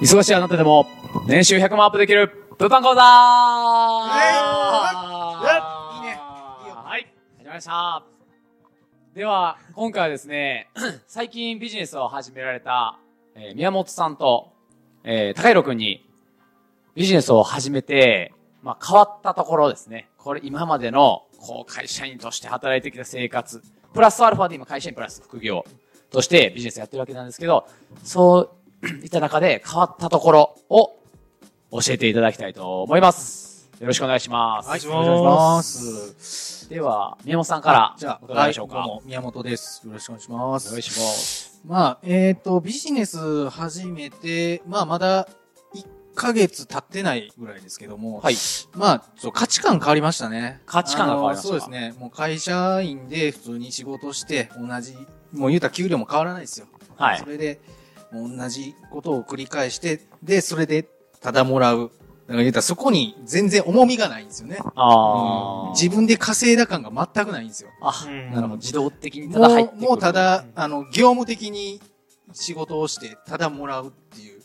忙しいあなたでも、年収100万アップできる、物販講座はいいいねいいよはい、始まりました。では、今回はですね、最近ビジネスを始められた、えー宮本さんと、えー高弘くんに、ビジネスを始めて、まあ、変わったところですね。これ、今までの、こう、会社員として働いてきた生活、プラスアルファで今、会社員プラス副業としてビジネスやってるわけなんですけど、そういった中で変わったところを教えていただきたいと思います。よろしくお願いします。はい、お願いします。では、宮本さんから、じゃあ、お伺いしましょうはか。ども宮本です。よろしくお願いしまおす。願いします。まあ、えっ、と、ビジネス始めて、まあ、まだ1ヶ月経ってないぐらいですけども、はい。まあ、ちょっと価値観変わりましたね。価値観が変わりましたあのそうですね。もう会社員で普通に仕事して、同じ、もう言うたら給料も変わらないですよ。はそい。れで、もう同じことを繰り返して、で、それで、ただもらう。だから言うたらそこに全然重みがないんですよね。ああ。自分で稼いだ感が全くないんですよ。あ、うんなるほど。自動的にただ入ってくもう、る。もうただうん、あの、業務的に仕事をして、ただもらうっていう、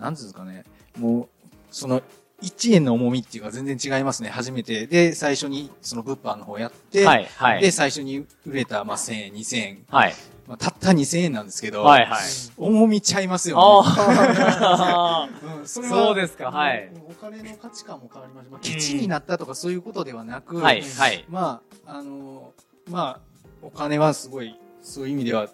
なんつうんですかね、もう、その、一円の重みっていうか全然違いますね、初めて。で、最初に、その物販の方やって、はい、はい。で、最初に売れた、まあ、1000円、2000円、はい。まあ、たった2000円なんですけど、はい、はい。重みちゃいますよね。ああ。うんそれはそうですか、はい。うんお金の価値観も変わりました。まあ、ケチになったとかそういうことではな く、はい、はい。まあ、あのまあ、お金はすごい、そういう意味では、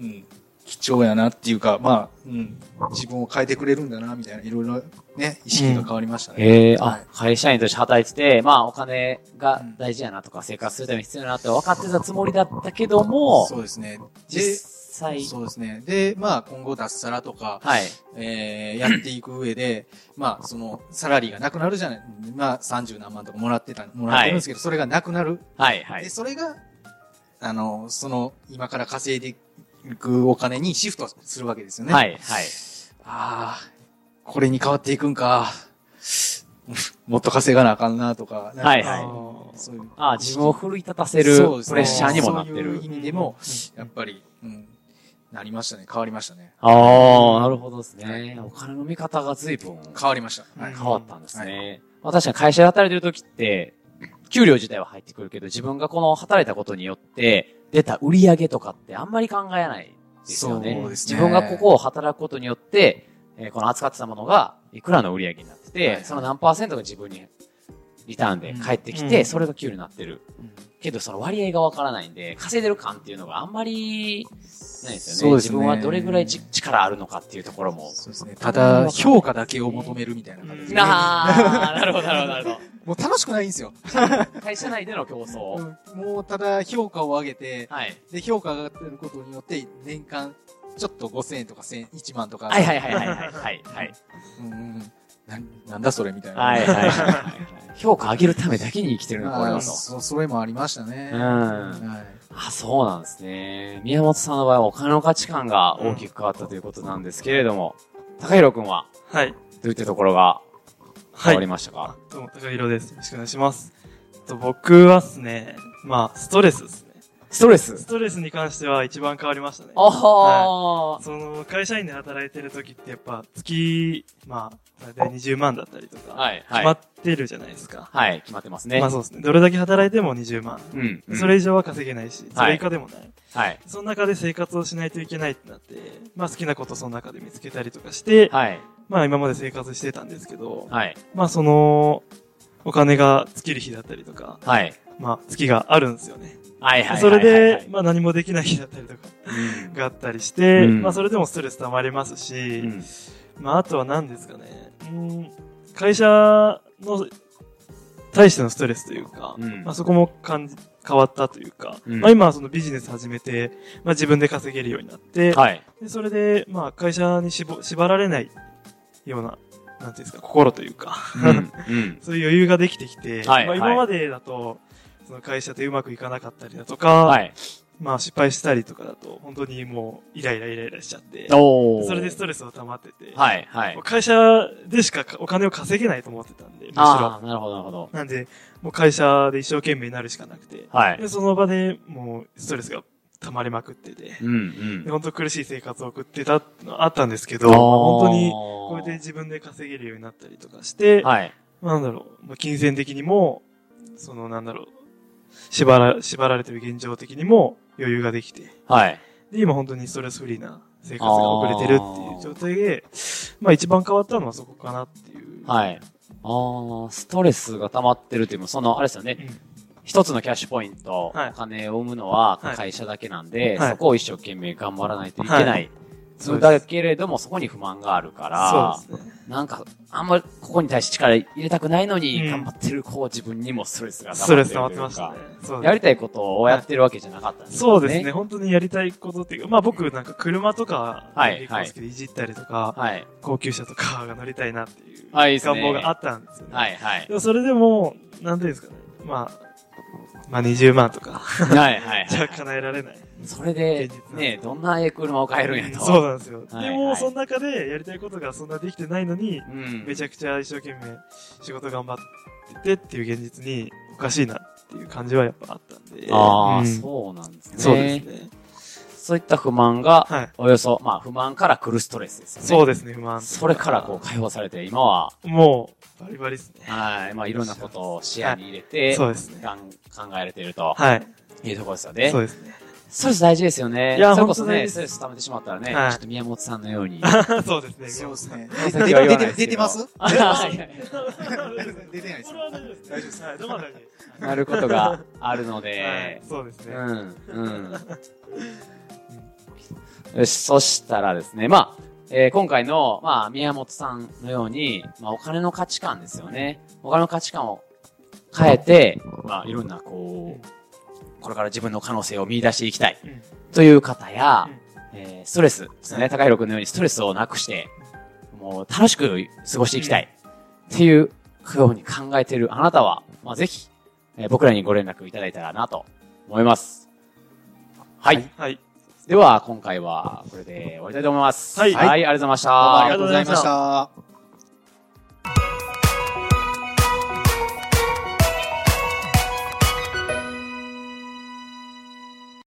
うん、貴重やなっていうか、まあ、うん、自分を変えてくれるんだな、みたいな、いろいろね、意識が変わりましたね。ええはあい、会社員として働いてて、まあお金が大事やなとか、生活するために必要だなって分かってたつもりだったけども、そうですね。で、実際、そうですね。で、まあ、今後脱サラとか、はい。えーやっていく上で、まあ、その、サラリーがなくなるじゃない、まあ、30何万とかもらってた、もらってるんですけど、それがなくなる。はい、はいで、。それが、あの、その、今から稼いでいくお金にシフトするわけですよね。はい、はい。ああ、これに変わっていくんか。 もっと稼がなあかんなとか。なんかはいはいあのそういう。ああ、自分を奮い立たせるそうですねプレッシャーにもなってそういるう意。味でも、やっぱり、うん、なりましたね。変わりましたね。ああ、なるほどですね。お金の見方が随分変わりました。はい変わったんですね。まあ確かに会社で働いてる時って、給料自体は入ってくるけど、自分がこの働いたことによって、出た売り上げとかってあんまり考えないですよね。そうですね自分がここを働くことによって、えーこの扱ってたものが、いくらの売り上げになってて、はいはいその何パーセントが自分にリターンで返ってきて、うんそれが給料になってる。けど、その割合がわからないんで、稼いでる感っていうのがあんまりないですよね。そうで自すね分はどれぐらいち力あるのかっていうところ も。そうですね。ただ、評価だけを求めるみたいな感じですね。なあ、なるほど、なるほど、なるほど。もう楽しくないんですよ。会社内での競争。うんもうただ、評価を上げて、はい。で、評価が上がってることによって、年間、ちょっと5000円とか1000円、1万とか。はいはいはいはいはいはいはい。うんうんなんなんだそれみたいな。はいはいはい。 評価上げるためだけに生きてるのこれあはーと。そそれもありましたね。うんはいあ、そうなんですね。宮本さんの場合はお金の価値観が大きく変わったということなんですけれども、高弘くんははい。どういったところがは変わりい。ましたかどうも、高弘です。よろしくお願いします。と僕はですね、まあ、ストレスですね。ストレスストレスに関しては一番変わりましたね。ああ、はその、会社員で働いてる時ってやっぱ、月、まあ、大体20万だったりとか、いは決まい。ってるじゃないですか。はい、決まってますねまあ。そうですね。どれだけ働いても20万。うん。うんそ、れ以上は稼げないし、それ以下でもない。はい。その中で生活をしないといけないってなって、まあ好きなことその中で見つけたりとかして、はい。まあ今まで生活してたんですけど、はい。まあその、お金が尽きる日だったりとか、はい。まあ月があるんですよね。はいはい。それはいはいで、まあ何もできない日だったりとかうんがあったりして、うんまあそれでもストレス溜まりますし、うんまああとは何ですかね、うん、会社の、対してのストレスというか、うんまあそこも感じ、変わったというか、うんまあ今はそのビジネス始めて、まあ自分で稼げるようになって、 はい。で、それで、まあ、会社に絞縛られないような、なんていうんですか、心というか、うんうんそういう余裕ができてきて、はいまはあ、い今までだと、その会社でうまくいかなかったりだとか、はい。まあ、失敗したりとかだと、本当にもう、イライライライラしちゃって、おーそれでストレスが溜まってて、はいはいもう。会社でしかお金を稼げないと思ってたんで、むしろ。ああ、なるほどなるほど。なんで、もう会社で一生懸命になるしかなくて、はい。でその場でもう、ストレスが溜まりまくってて、うんうんで。本当苦しい生活を送ってたのはあったんですけあど、ーまあ本当に、これで自分で稼げるようになったりとかして、はい。まあなんだろう、まあ金銭的にも、そのなんだろう、縛ら、縛られてる現状的にも余裕ができて、はい。で、今本当にストレスフリーな生活が送れてるっていう状態で、まあ一番変わったのはそこかなっていう。はい。ああ、ストレスが溜まってるっていうのは、その、あれですよね。うん一つのキャッシュポイント、はいお金を生むのははい会社だけなんで、はいそこを一生懸命頑張らないといけない。はそれだけれども、そこに不満があるから、そうですね。なんか、あんまりここに対して力入れたくないのに、うん頑張ってるこう自分にもストレスがスト溜まレっスてる溜まっといてうかましたね。そうやりたいことをやってるわけじゃなかったんですね。そうですね。。本当にやりたいことっていうか、まあ僕なんか車とか、はい結構好きでいじったりとか、はい。高級車とかが乗りたいなっていうあいい願っすね望があったんですよね。はい、はいで。もそれでも、なんていうんですかね。まあ、まあ20万とか、はい、はい。じゃ叶えられない。それで現実、なんでね、どんなええ車を買えるんやと。そうなんですよ。はいではも、いその中でやりたいことがそんなできてないのに、うん。めちゃくちゃ一生懸命仕事頑張っててっていう現実におかしいなっていう感じはやっぱあったんで。ああ、うんそうなんですね。そうですね。そういった不満が、はい。およそ、まあ不満から来るストレスですよね。そうですね、不満。それからこう解放されて、今は、う。もう、バリバリですね。はい、まあいろんなことを視野に入れて、そうですね。がん考えれているとはい。いうところですよね。そうですね。 ストレス大事ですよね。いやそれこそ本当大事ね、ですストレス溜めてしまったらね、はいちょっと宮本さんのように。 そうですね。そうですね。出出て出て出てます 出てないですこれは大丈夫です。大丈夫です。はい、どうも大丈夫です。なることがあるのはいで、、そうですね。うん、うん。よし、そしたらですね、まあ、えー今回の、まあ、宮本さんのように、まあ、お金の価値観ですよね。お金の価値観を変えて、まあ、いろんな、こう、これから自分の可能性を見出していきたいうんという方や、えーストレスですね。高弘君のようにストレスをなくして、もう楽しく過ごしていきたいっていうふうに考えているあなたは、まあ、ぜひ、えー僕らにご連絡いただいたらなと思います。はい。はい。では、今回はこれで終わりたいと思います。はいはい、ありがとうございました。ありがとうございました。